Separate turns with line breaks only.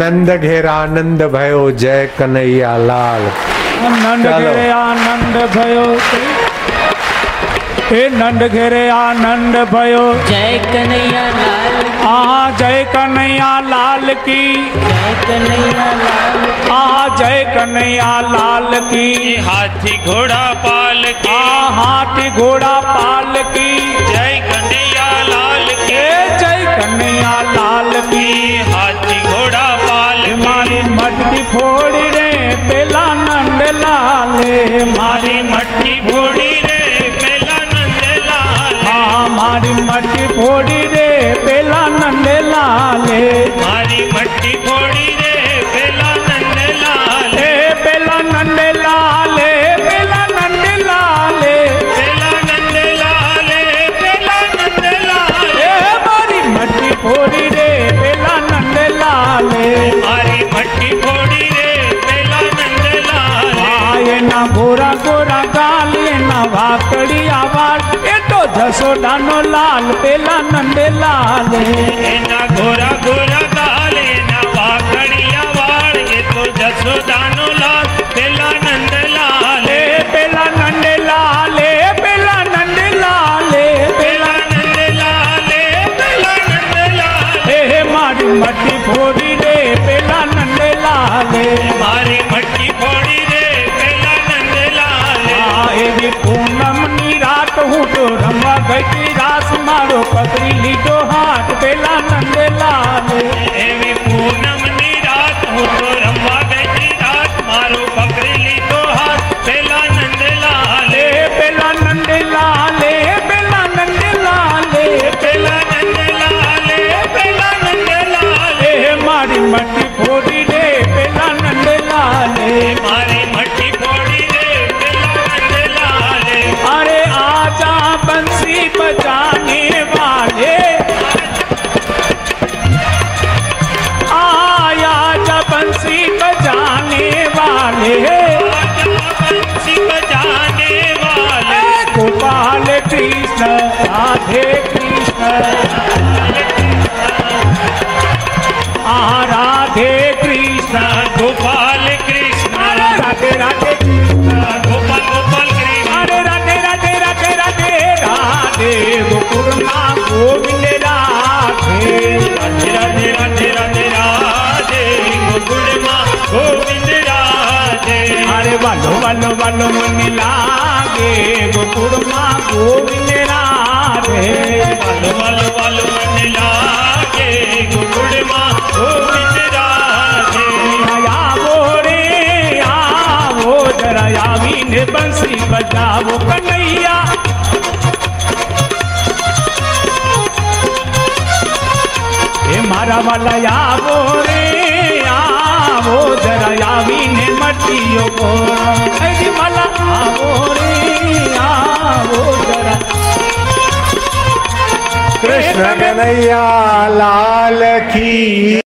नंद घेरा आनंद भयो जय कन्हैया लाल
નંદ
ચાલો.
ઘેરે આનંદ ભયો એ નંદ ઘેરે આનંદ ભયો
जय कन्हैया लाल
આ જય કનૈયા લાલ કી
जय कन्हैया लाल
આ જય કનૈયા લાલ કી
हाथी घोड़ा पाल के
આ હાથી ઘોડા પાલ કી
जय कन्हैया लाल के
એ જય કનૈયા લાલ કી
हाथी घोड़ा पाल
એ
के
મારી મટકી ફોડી રે પેલા નંદ લાલે
मारी
મારી
मटकी घोड़ी रे मेला नंद लाल
હા મારી મટકી ફોડી રે પેલા નંદ લાલે
मारी मटकी घोड़ी रे मेला नंद लाल
ए बेला नंद लाले बेला नंद लाले
मेला नंद लाल मेला नंद लाल
ए मारी मट्टी फोड़ी रे बेला नंद लाले
मारी मटकी घोड़ी रे मेला नंद लाल
आए ना गोरा गोरा गाल ये ना भाकड़ी आवाज ए तो जसोदा नो लाल बेला नंद लाले
એના ગોરા ગોરા ગાલ એના વાકડિયા વાળ એ તો જસોદાનો લાલ પેલા નંદલાલ
ए बेला नंद लाले बेला नंद लाले बेला
પેલા નંદલાલ એ પેલા નંદલાલ
ए मारी मट्टी फोड़ी रे बेला नंद लाले
મારી મટકી ફોડી રે પેલા નંદલાલ
આ એવી પૂનમની રાત હું તો રમવા ગઈ રાસ મારો પકડી લીધો હાથ પેલા નંદલાલે
એવી પૂનમની રાત હું તો રમવા ગઈ રાત મારો પકડી લીધો હાથ પેલા નંદલાલ
લે પેલા નંદલાલે પેલા નંદલાલે
પેલા નંદલાલ એ પેલા નંદલાલ
એ મારી મટી ફોડી રે પેલા નંદલાલે
મારી મટકી ફોડી રે પેલા નંદલાલ
અરે આજા બંસી બજાને વાલે આયા જા બંસી બજાને વાલે
पंछी बजाने वाले
गोपाल कृष्ण राधे कृष्ण आ राधे कृष्ण
गोपाल कृष्ण
अरे राधे राधे
गोपाल गोपाल कृष्ण
अरे राधे राधे राधे राधे राधे गोकुरमा गोविंद राधे
राधे राधे राधे राधे गोकुलमा गोविंद राधे
अरे वालो वालो वालो मन लागे गोकुरमा गोविंद राधे
वालो वालो वालो मन लागे गोकुलमा गोविंद राधे
आयावो रे आवो जरा आवीन बंसी बजावो कन्हैया हे मारा वाला आवो रे आवो जरा आवीन मटियो को अरे वाला आवो रे आवो जरा
कृष्ण कन्हैया लाल की